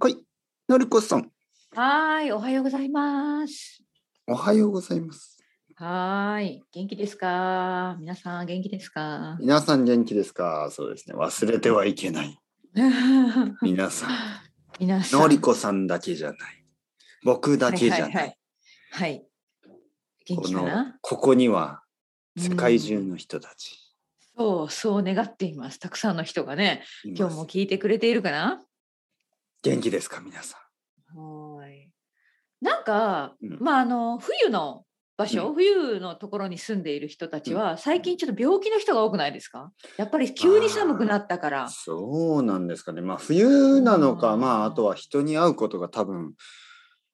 はい。のりこさん、はい、おはようございます。おはようございます。はーい、元気ですか皆さん元気ですか皆さん元気ですかそうですね。忘れてはいけない。皆さん。 皆さん。のりこさんだけじゃない。僕だけじゃない。はいはいはい、はい。元こ気かのなここには世界う中んの人たちそう、そう願っています。たくさんの人がね、います今日も聞いてくれているかな元気ですか皆さはーい。なんか、うんまあ、あの、冬の場所、冬のところに住んでいる人たちは、最近ちょっと病気の人が多くないですかやっぱり急に寒くなったからん。。そうなんですかね。まあ冬なのか、うんまああとは人に会うことが多分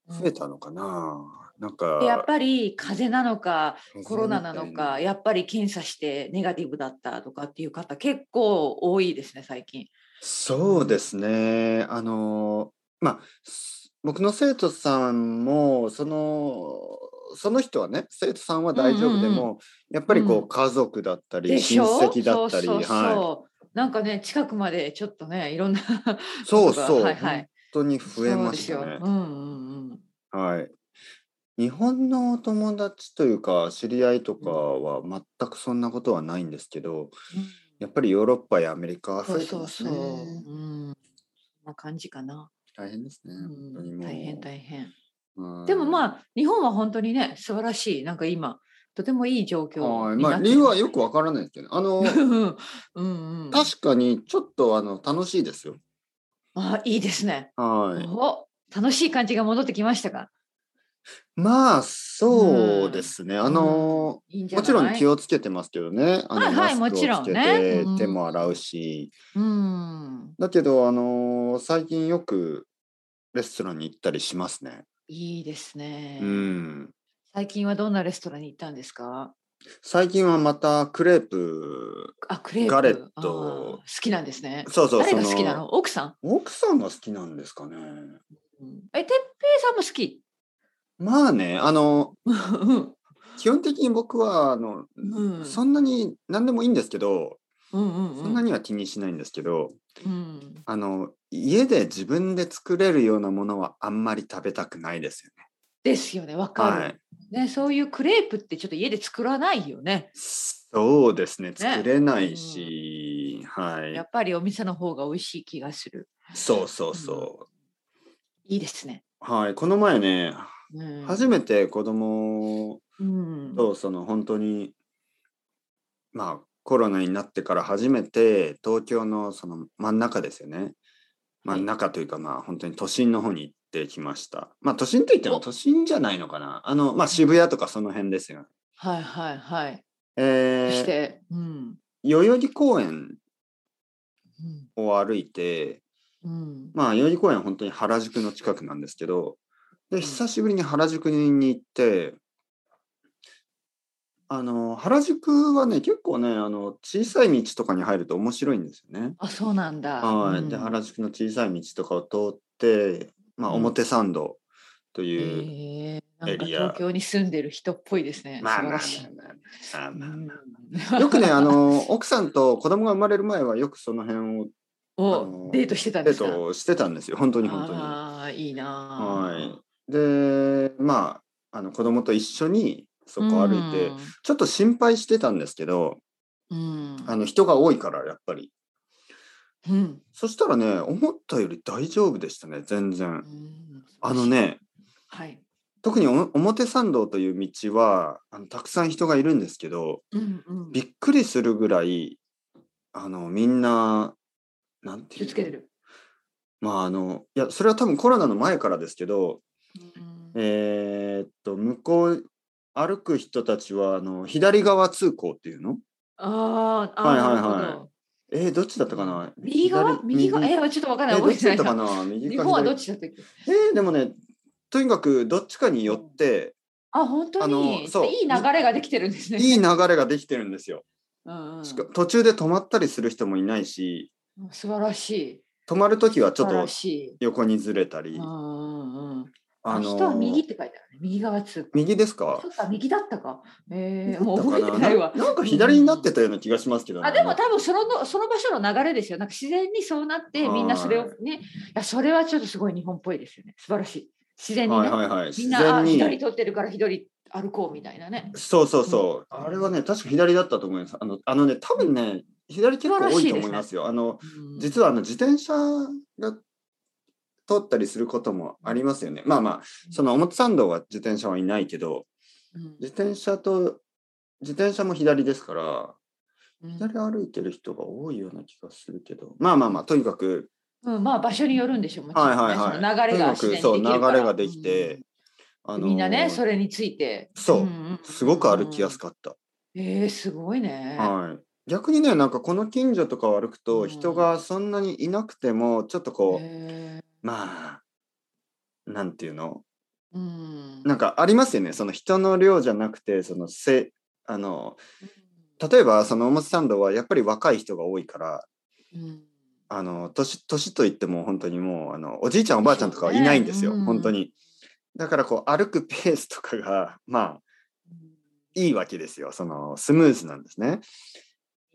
増えたのかな。なんでやっかぱり風邪なのかコロナなのかややっぱり検査してネガティブだったとかっていう方結構多いですね最近。そうですね。あのまあす僕の生徒さんもそのその人はね生徒さんは大丈夫でも、うんうやっぱりこう、うん家族だったりでし親ょ戚だったりそうそうそうはなんかね近くまでちょっとねいろんないそうことがそう、はいはい本当に 増えましたそうねですよ。うんうんうんはい。日本のお友達というか知り合いとかは全くそんなことはないんですけど、やっぱりヨーロッパやアメリカはそ増うえてそまうすそね。う、うん、そんな感じかな、大変ですね。う本当にん、もう大変大変うんでもまあ日本は本当にね素晴らしいなんか今とてもいい状況はい、にまなあって理由はよくくわからないですけど、あの うんうん、確かにちょっとあの楽しいですよ。あいいですねはい。お楽しい感じが戻ってきましたかまあそうですね。あの、いいんじゃもないちろん気ををつけてますけどね。あのはいはいマスクをもちろんねつけてうん手も洗うし、うんだけどあの最近よくレストランに行ったりしますね。いいですね、うん。最近はどんなレストランに行ったんですか最近はまたクレープ、あクレープガレットあー好きなんですねそうそう誰そが好きなのの奥さ奥さんが好きなんですかね。ん、うんえてっぺいさんも好き まあね、あのうん基本的に僕はあの、うんそんなに何でもいいんですけど、うんうんそんなには気にしないんですけどうんあの家で自分で作れるようなものはあんまり食べたくないですよね。ですよねわかる、はい、ねそういうクレープってちょっと家で作らないよねそうですね作れないし、はやいっぱりお店の方が美味しい気がするそうそうそう、いいですね、はいこの前ねうん、初めて子供うんとその本当にまあコロナになってから初めて東京のその真ん中ですよね真ん中というかまあ本当に都心の方に行ってきましたまあ都心といってもお都心じゃないのかなあのまあ渋谷とかその辺ですよはいはいはいそしえー、て、うん代々木公園うんを歩いてうん、まあ代々木公園は本当に原宿の近くなんですけどでん久しぶりに原宿に行ってあの原宿はね結構ねあの小さい道とかに入ると面白いんですよね。あそうなんだ。はいうんで原宿の小さい道とかを通って、まあ、うん表参道という、へえなんかエリア東京に住んでる人っぽいですね。まあ素晴まあらしいまあまあまあまうあん よくねあ の奥さんと子供が生まれる前はよくその辺をあのをデートしてたんデでーすか。トをしてたんですよ本当に本当に。ああいいなは。い、でまああの子供と一緒にそこを歩いて、ちょっと心配してたんですけどうん。うん。あの人が多いからやっぱりうんそしたらね思ったより大丈夫でしたね全然う。んあの。ねはい。特にお表参道という道はあのたくさん人がいるんですけどうんうん。びっくりするぐらいあのみんななんて気いをうつけてのる。まああのいやそれは多分コロナの前からですけどうんえーっと向こう歩く人たちはあの左側通行っていうのあーあー。はいはいはいなるほどえー、どっちだったかな右側左右側えーちょっとわからないえーど覚っえちだてないったかなな。右か日本はどっ左ちだったっけ。えーでもねとにかくどっちかによってあ本当あのに。そういい流れができてるんですね。いい流れができてるんですよ。うんうんしか途中で止まったりする人もいないし素晴らしい。止まる時はちょっ素晴らとしい。横にずれたりうんうんうんあの人は右って書いてあるね。右側通行。右ですかそっか、右だったか。ええもうだか覚えらてないわ。なんか左になってたような気がしますけど、あでも多分そののその場所の流れですよ。なんか自然にそうなってみんなそれをね、いやそれはちょっとすごい日本っぽいですよね。素晴らしい。自然にね、はいはいはいみ自んなあ然左に取ってるから左歩こうみたいなね。そうそうそう、あれはね確か左だったと思いますあのあのね多分ね左結構多いと思いますよあのうん実はあの自転車が通ったりすることもありますよねまあまあその表参道は自転車はいないけどうん自転車と自転車も左ですからうん左歩いてる人が多いような気がするけどまあまあまあとにかくうん、まあ場所によるんでしょう。もちろんはねいはいはいその流れがと自にかく然にそう流きるかられができて、うあんのみんなねそれについて。そううんすごく歩きやすく。かった。ええすごいね。はい、逆にねなんかこの近所とかを歩くうとん人がそんなにいなくてもちょっとこう、へえまあなんていうのうんなんかありますよねその人の量じゃなくてそのせあの例えばその表参道はやっぱり若い人が多いからうんあの年年といっても本当にもうあのおじいちゃんおばあちゃんとかはいないんですよ、そうねうん本当にだからこう歩くペースとかがまあいいわけですよそのスムーズなんですね。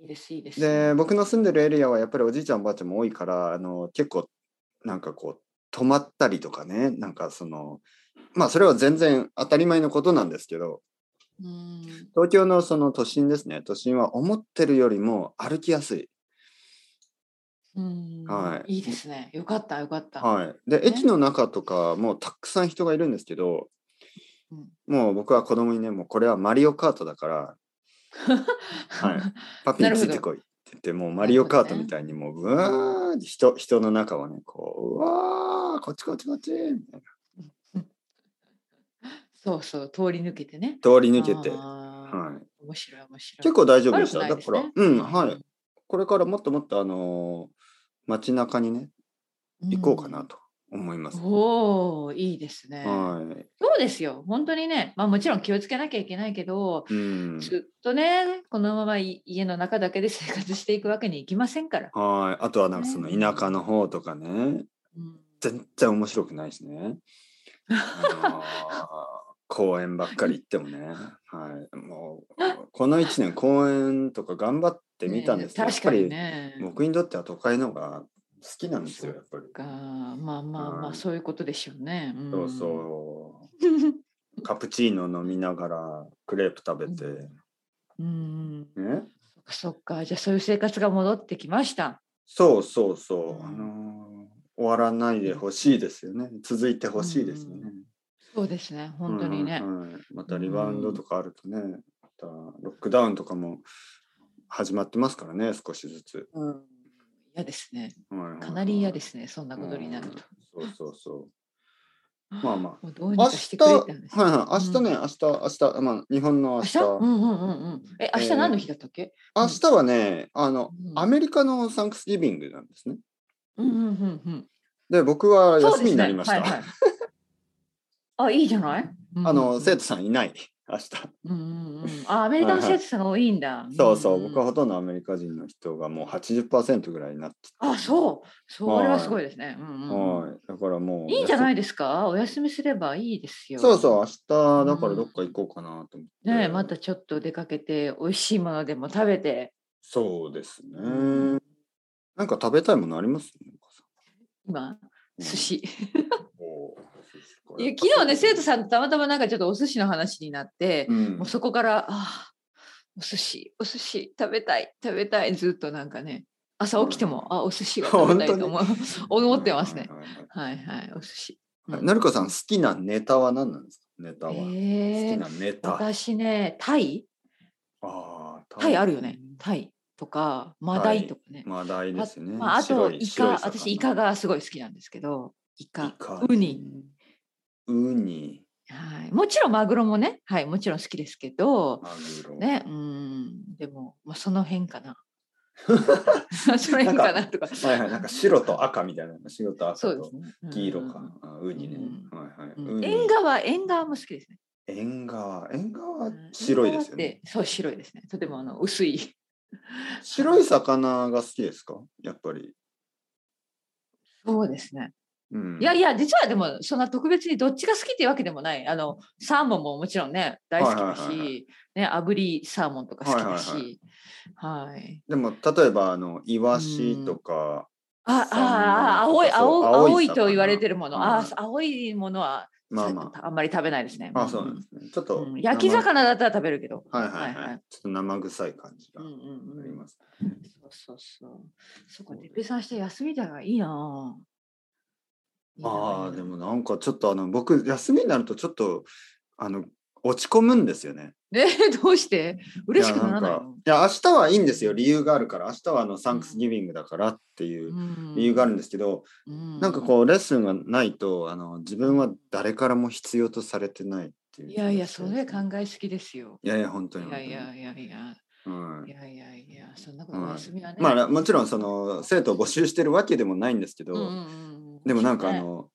いいですいいです。で僕の住んでるエリアはやっぱりおじいちゃんおばあちゃんも多いからあの結構なんかこう泊まったりとかねなんかそのまあそれは全然当たり前のことなんですけどうん東京のその都心ですね都心は思ってるよりも歩きやすい、うんはいいいですね。よかったよかった。はい、でね駅の中とかもたくさん人がいるんですけどうんもう僕は子供にねもうこれはマリオカートだからはいパピなにるつほどいてこいって言ってもうマリオカートみたいにもううわーって人人の中はねこううわーこっちこっちこっちみたいな そうそう通り抜けてね。通り抜けて、は、はいい。面白い面白い。結構大丈夫で悪しくた、ないだでかすらねうんはい。これからもっともっとあのー街中にねん行こうかな。と思います、おおいいですね。はそうですよ。本当にね、まあもちろん気をつけなきゃいけないけど、い、うん、ずっとね、このままい家の中だけで生活していくわけにいきませんから。はいあとはなんかその田舎の方とかねうん全然面白くないしね、 あのー公園ばっかり行ってもね、はい、もうこの1年公園とか頑張ってみたんですけど、ねやっ確ぱかにりね。僕にとっては都会の方が好きなんですよやっぱり。がまあまあまはあいそういうことでしょうね。んそう そうカプチーノ飲みながらクレープ食べて、うん。うん。ね、そっかそっか。じゃあそういう生活が戻ってきました。そうそうそうう、んあのー終わらないでほしいですよね続いてほしいですよね、そうですね。本当にね。うんうんうんまたリバウンドとかあるとね、またロックダウンとかも始まってますからね少しずつ、うん嫌ですね。はいはいはいかなり嫌ですね。そんなことになると。うんそうそうそうまあまあもうどうに明か日してくれたんです。はいはい明日ね、う明日明日まあ日本の明明日日うんうんうんうん。え、明え日ー何の日だったっけ、明日はねあの、うんアメリカのサンクスギビングなんですねうんうんうんうん。で僕はそうで休すねみになりました、はいはいあ、いいじゃない、うんうんあの生徒さんいない明日うんうんうん。あ、アメリカの生徒さんが多いんだ。そうそう僕はは。ほとんどアメリカ人の人がもう80%ぐらいになってあ、そう。それはすごいですね。うんうんはいだからもういいんじゃないですかお休みすればいいですよ。そうそう、明日だからどっか行こうかなと思って。ねえまた。ちょっと出かけて、美味しいものでも食べて。そうですね。なんか食べたいものあります今、寿。司。おー寿司かいや昨日ね、生徒さんとたまたまなんかちょっとお寿司の話になって、うんもうそこから、ああ、お寿司、お寿司食べたい、食べたい、ずっとなんかね、朝起きても、あ、お寿司が食べたいと思う思ってますね。。はいはいはいはいはい、お寿司。はいうんなるかさん、好きなネタは何なんですかネタは。好えきーなネタ。私ね、タイあータイあるよね。。タイとか、マダイとかね。マダイですね。あまあ、あと白いイ白カい魚私イカがすごい好きなんですけどイカイカウニ、。ウニ。はい、もちろんマグロもね、はい、もちろん好きですけど、マグロ。ね、うんでも、まあ、その 辺かなその辺かなとかはいはい、なんか白と赤みたいな。白と赤そうとですね黄色かうん。あウニね。うはいはい。うんウニ縁側縁側も好きですね縁側。縁側はうん白いですよね。縁側ってそう白いですねとてもあの薄い白い魚が好きですかやっぱり。そうですねうんいやいや、実はでも、そんな特別にどっちが好きっていうわけでもない。あの、サーモンももちろんね、大好きだはいはいはいはし、ね、炙りサーモンとか好きだはいし。はい。でも例えばあのイワシとか、あサーモンあ、あ、とか青い、そう青青い青いと言われてるもの。魚あー、青いものは、まあまあ、んまり食べないですね。ああそうなんですねちょっと、うん焼き魚だったら食べるけど。生はいはいはい、ちょっと生臭い感じうがんあうんうりん。ます、そうそうそう。そこで、べさんして休みだがいいなぁ。いいなぁああでも。なんかちょっとあの僕休みになるとちょっとあの落ち込むんですよねね、どうして嬉しくならないやのんかいや明日はいいんですよ理由があるから明日はあのサンクスギビングだからっていう理由があるんですけど、なんかこうレッスンがないとあの自分は誰からも必要とされてないっていうう。んいやいや、それ考いえすぎですよ。やいや本当にい本当やに。いやいやいや、うんいやいやいや、そんなことお休みはね。まあもちろんその生徒を募集してるわけでもないんですけど、うんうんうんうんでもなんかあねの、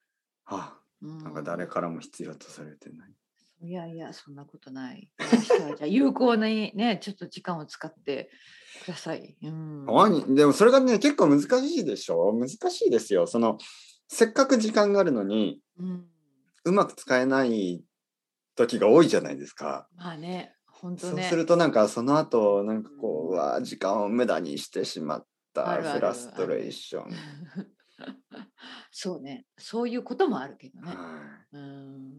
あうんなんか誰からも必要とされてない。いやいや、そんなことない。明日はじゃあ有効にね、ちょっと時間を使ってください。うん。あにでもそれがね結構難しいでしょ難しいですよ。そのせっかく時間があるのにうんうまく使えない時が多いじゃないですか。まあね、本当そうね。するとなんかその後なんかこう、ううんわあ時間を無駄にしてしまったあるあるフラストレーション。そうね、そういうこともあるけどね。はいうん。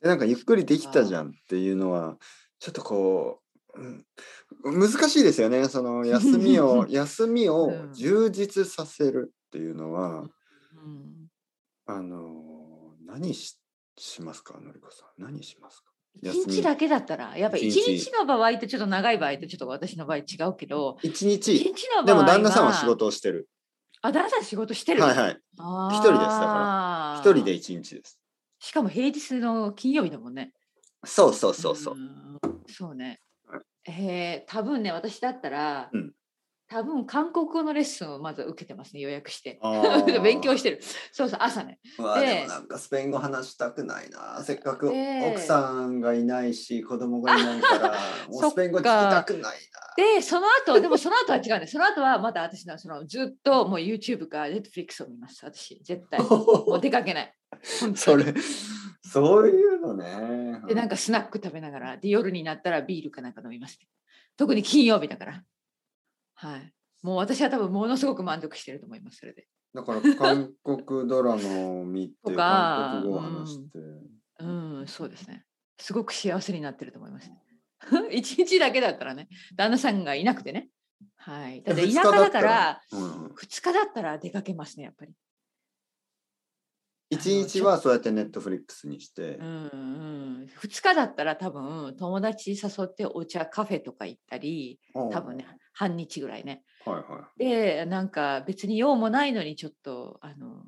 でなんかゆっくりできたじゃんっていうのはちょっとこう、うん、難しいですよねその休み を休みをうん充実させるっていうのは、うんあの何ししますかのりこさん何しますか一休み日だけだったら、やっぱり一一日日の場合とちょっと長い場合とちょっと私の場合違うけど、一一日日ので場合も旦那さんは仕。事をしてるあ、旦那さん仕事してる。はいはいあー一人ですだから一人で。一日ですしかも平日の金曜日だもんね。そうそうそうそう、んそうね。えー、多分ね、私だったら、うん多分韓国語のレッスンをまず受けてますね、予約して。あー 勉強してる。そうそう、朝ね。うわででもなんかスペイン語話したくないなせっかくで奥さんがいないし子供がいないから もそっうかスペイン語聞きたくないなで、その後、でもその後は違うんです。その後はまた私のそのずっともう YouTube か Netflix を見ます、私、絶 対。もう出かけない。本当にそれ、そういうのね。で、なんかスナック食べながら、で、夜になったらビールかなんか飲みます、ね。特に金曜日だから。はい。もう私は多分ものすごく満足してると思います、それで。だから韓国ドラマを見て、とか韓国語を話して。うん、そうですね。すごく幸せになってると思います、ね。 一日だけだったらね、旦那さんがいなくてね。はい。だって田舎だから、うん2日だったら出かけますね、やっぱり。一日はそうやってネットフリックスにしてう、んうん、2日だったら多分友達誘ってお茶カフェとか行ったり多分ね半日ぐらいねうん。はいは。でなんか別に用もないのにちょっとあの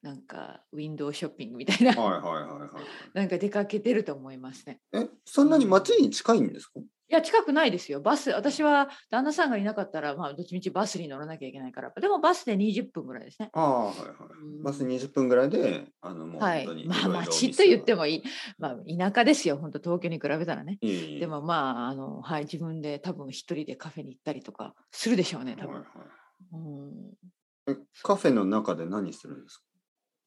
なんかウィンドウショッピングみたいないはいはいはいはい。なんか出かけてると思いますね え、そんなに街に近いんですかいや近くないですよバス私は旦那さんがいなかったらまあどっちみちバスに乗らなきゃいけないからでもバスで20分ぐらいですねああ、はいはい。バス20分ぐらいで、あの、もうは本い当に。まあ街と言っても。もいいまあ田舎ですよ本当東京に比べたらねいえいえで、もまああの、はい、自分で多分一人でカフェに行ったりとかするでしょうねは多いは分い、うん、えカフェの中で何するんですか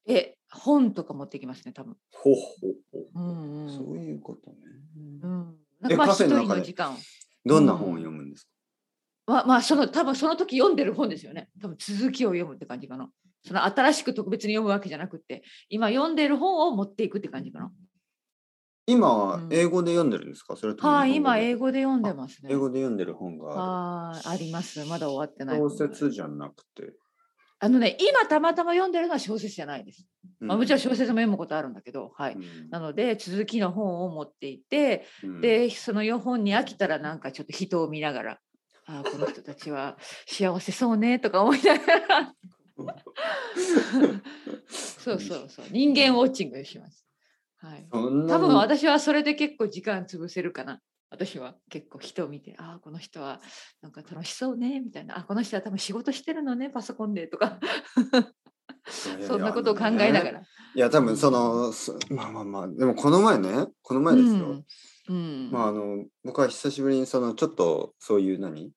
え本とか持ってきますね多分、ほほほ。うんうんそういうことね。うん、なんえかまあカ一フェ人の中ので時間をどんな本を読むんですかまあまあその多分その時読んでる本ですよね多分続きを読むって感じかなその新しく特別に読むわけじゃなくって今読んでる本を持っていくって感じかな、今はうん英語で読んでるんですか、それともはい日本語今で英語で読んでますね英語で読んでる本があはいありますまだ終わってなるい小説じゃなくて、あのね今たまたま読んでるのは小説じゃないです、うんまあ、もちろん小説も読むことあるんだけどはい、うんなので続きの本を持っていて、うんでその4本に飽きたらなんかちょっと人を見ながら「あーこの人たちは幸せそうね」とか思いなが らそうそうそう人間ウォッチングします。はい、そんな多に分私はそれで結構時間潰せるかな。私は結構人を見て、ああ、この人はなんか楽しそうね、みたいな、あこの人は多分仕事してるのね、パソコンでとか、いやいやそんなことを考えながあのねら。いや多分そのそまあまあまあでもこの前ねこの前ですよ、うんうんまああの僕は久しぶりにそのちょっとそういう何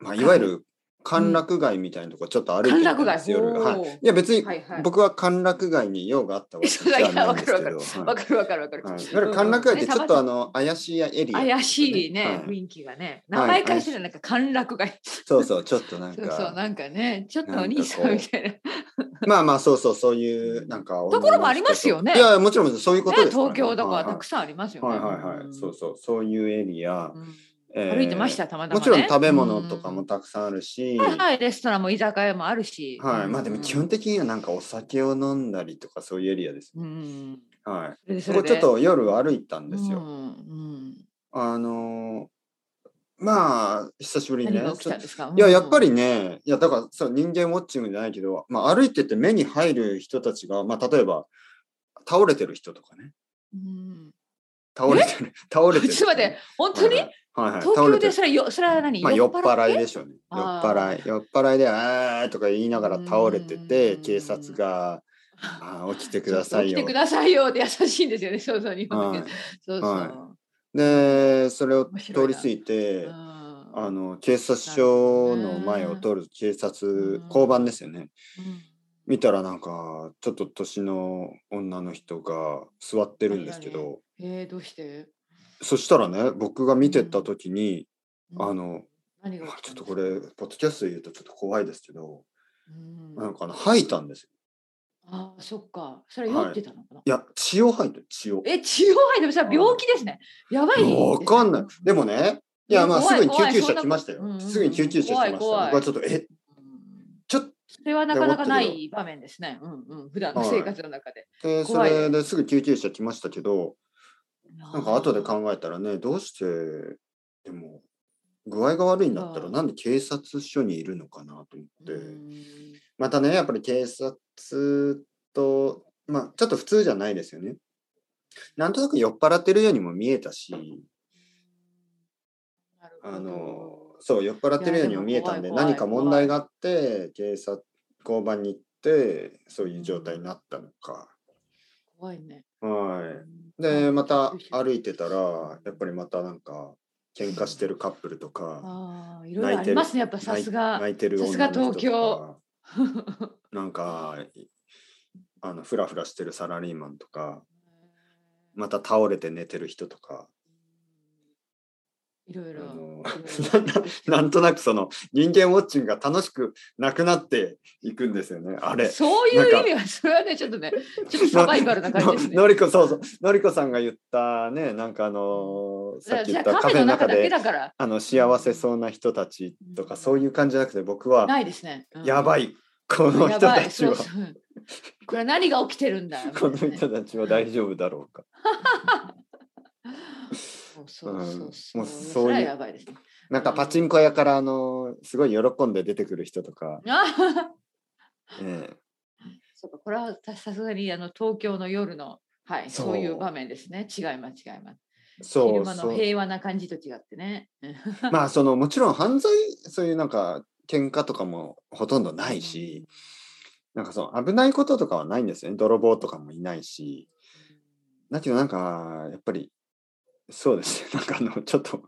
まあいわゆる歓楽街みたいなとこちょっと歩いて歓みた楽んで街す、夜が。はい、ほういや別にはいはい僕は歓楽街に用があったわけじゃないんですけど。 いやいはやいわかるわかるわかる、はいだから歓楽街ってちょっとあねの怪しいエリア。怪しいね、はい雰囲気がねはい名前からしてるなんか歓楽街、そうそう、ちょっとなんそうそうか。なんかねちょっとお兄さんみたいなまあまあそうそう、そういうなんか。ところもありますよねいや、もちろんそういうことねですから。東京とかはたくささんありますよね、はいはいはいはい。そうそそう、そういうエリア。うん、えー歩いてましたたまたま、ね、もちろん食べ物とかもたくさんあるし。うん、はいはいレストランも居酒屋もあるしはい、まあでも基本的にはなんかお酒を飲んだりとかそういうエリアです。うんはい。それでそそこれでちょっと夜歩いたんですうよ。んうんあのーまあ久しぶりに何ね。が起きたんですかいややっぱ、りね、いやだからそう人間ウォッチングじゃないけど、まあ、歩いてて目に入る人たちが、まあ、例えば倒れてる人とかねうん倒れてる倒れてる ちょっと待って、本当はに、いはいはいはい、東京で倒それよそれは何、れてるまあ、酔っ払いででしょうね酔っあー払い酔っ払いで「あー」とか言いながら倒れててうん警察が「あー起きてください 来てよく」ださいよって優しいんですよね。 そうそう日本だはけ、いそうそう。はでそれを面白通いりな過ぎてうんあの警察署の前を通る警察うん交番ですよね。うん見たらなんかちょっと年の女の人が座ってるんですけあれどえー、どうして、そしたらね僕が見てた時に、うんあの何がまあ起きちたょんっですとかこれポッドキャストで言うとちょっと怖いですけど、うんなんかあの吐いたんですよあーそっか。それ酔ってたのかな。いや血を吐いてる血をえ、血を吐いてもさ、病気ですね。やばいですいね、やわかんないでもねいやまあす怖ぐいに救急怖い車来ましたよそんなことうんうんすぐに救急車来ました怖い怖い僕はちょっとえうんちょっそれはなかなかない場面ですね。うんうん。普段の生活の中で。とそ怖いれですぐ救急車来ましたけどなんか後で考考えたらねどうしてでも具合が悪いんだったらうんなんで警察署にいるのかなと思って、うんまたねやっぱり警察とまあちょっと普通じゃないですよねなんとなく酔っ払ってるようにも見えたしなるほどあのそう酔っ払ってるようにも見えたんでいやでも怖い何か問題があって警察交番に行ってそういう状態になったのか。怖いね。はいあでまた歩いいてたらやっぱりまたなんか喧嘩してるカップルとかああ、いろいろありますね。やっぱさすが。泣いてるさすが女の人とか東京 なんかいあのフラフラしてるサラリーマンとかまた倒れて寝てる人とかいろいあのろ。いろいろ なんとなくその人間ウォッチングが楽しくなくなっていくんですよねあれ。そういう意味は、それはね、ちょっとね、ちょっと サバイバルな感じですのね。のりこそうそうのりこさんが言ったねなんかあのさっきじ言ゃっあたカカフフェのェの中中だけでだから、あの幸せそうな人たちとかうんそういう感じじゃなくて僕はないですね。うんやばいこの人やばたいちそはうそうこれは何が起きてる んだみたこいのなね人たちは大丈夫だろうか。うんそうそうそうそう。もうそれはやばいですね。 なんかパチンコ屋からあのすごい喜んで出てくる人とか、あええそうか、これはささすがにあの東京の夜の、はい、そうそういう場面ですね。違います、違います。そ昼う間そのう平和な感じと違ってね。まあそのもちろん犯罪そういうなんか喧嘩とかもほとんどないし、なんかその危ないこととかはないんですよね泥棒とかもいないしだけどなんかやっぱりそうですね なんかあのちょっと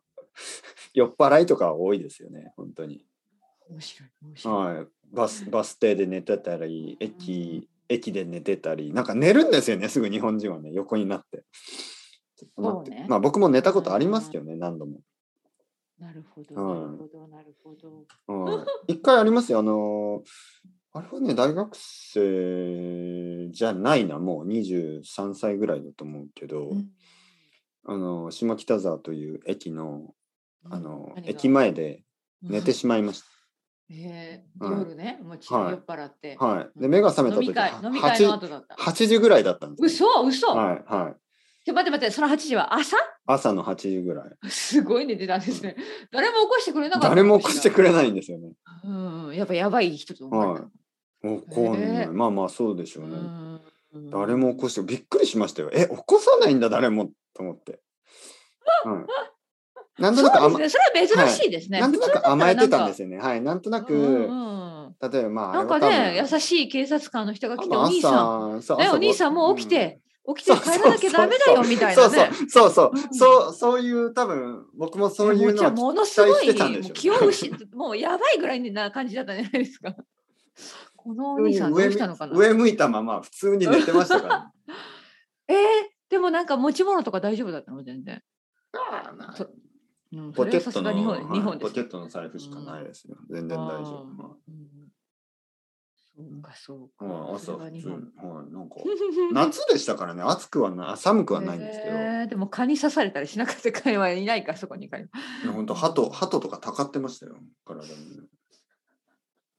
酔っ払いとか多いですよね本当に、面白い、面白い。はい、バスバス停で寝てたり駅駅で寝てたりなんか寝るんですよねすぐ日本人はね横になって。ちょっと待ってそうねまあ僕も寝たことありますけどね何度も。なるほど、はいなるほど、なるほど。 はい一回ありますよ、あのーあれはね、大学生じゃないな、もう23歳ぐらいだと思うけど、うんあのー下北沢という駅の、あのー何が駅前で寝てうんしまいましえーはい夜ね、もうちはい酔っ払ってた。。はい。で、目が覚めた飲み時会は、飲み会の8後だった。 8時ぐらいだったんですよ。嘘、嘘。はい、はい。ちょ待って待って、その8時は朝朝の8時ぐらい。すごい寝てたんですね。誰も起こしてくれなかった。誰も起こしてくれないんですよね。うん、やっぱやばい人と思われたのもうこうねへえまあまあそうでしょうね。うん誰も起こしてびっくりしましたよ。え起こさないんだ誰もと思って。 はい、なんとなくそう甘、ですね。それは珍しいですね。なんとなく甘えてたんですよ。よね。はいなんとなく、うんうん例えばまあなんかね、優いしい警察官の人が来て、お兄さん。 朝そうね朝お兄さんもう起きて起きて帰らなきゃダメだよみたいなね。そうそうそうそううんそうそういう多分僕もそういうもじゃあのもをのすご期待していたんでもしょううね気を失ってもうやばいぐらいな感じだったじゃないですか。 このお兄さんどうしたのかな。上向いたまま普通に寝てましたから、 ね。えー、でもなんか持ち物とか大丈夫だったの全然。そうん、そポれケはさッすトがの、日本、はい日本でポすケねットの財布しかないですよ。全然大丈あ夫。うんそうかそうか。うん、朝それ普は日通、本はい、なんか夏でしたからね、暑くはな、寒くはないんですけど、 えーでも蚊に刺されたりしなかった蚊はいないかそこに蚊に。本当鳩鳩とかたかってましたよ、体にね、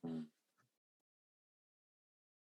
うん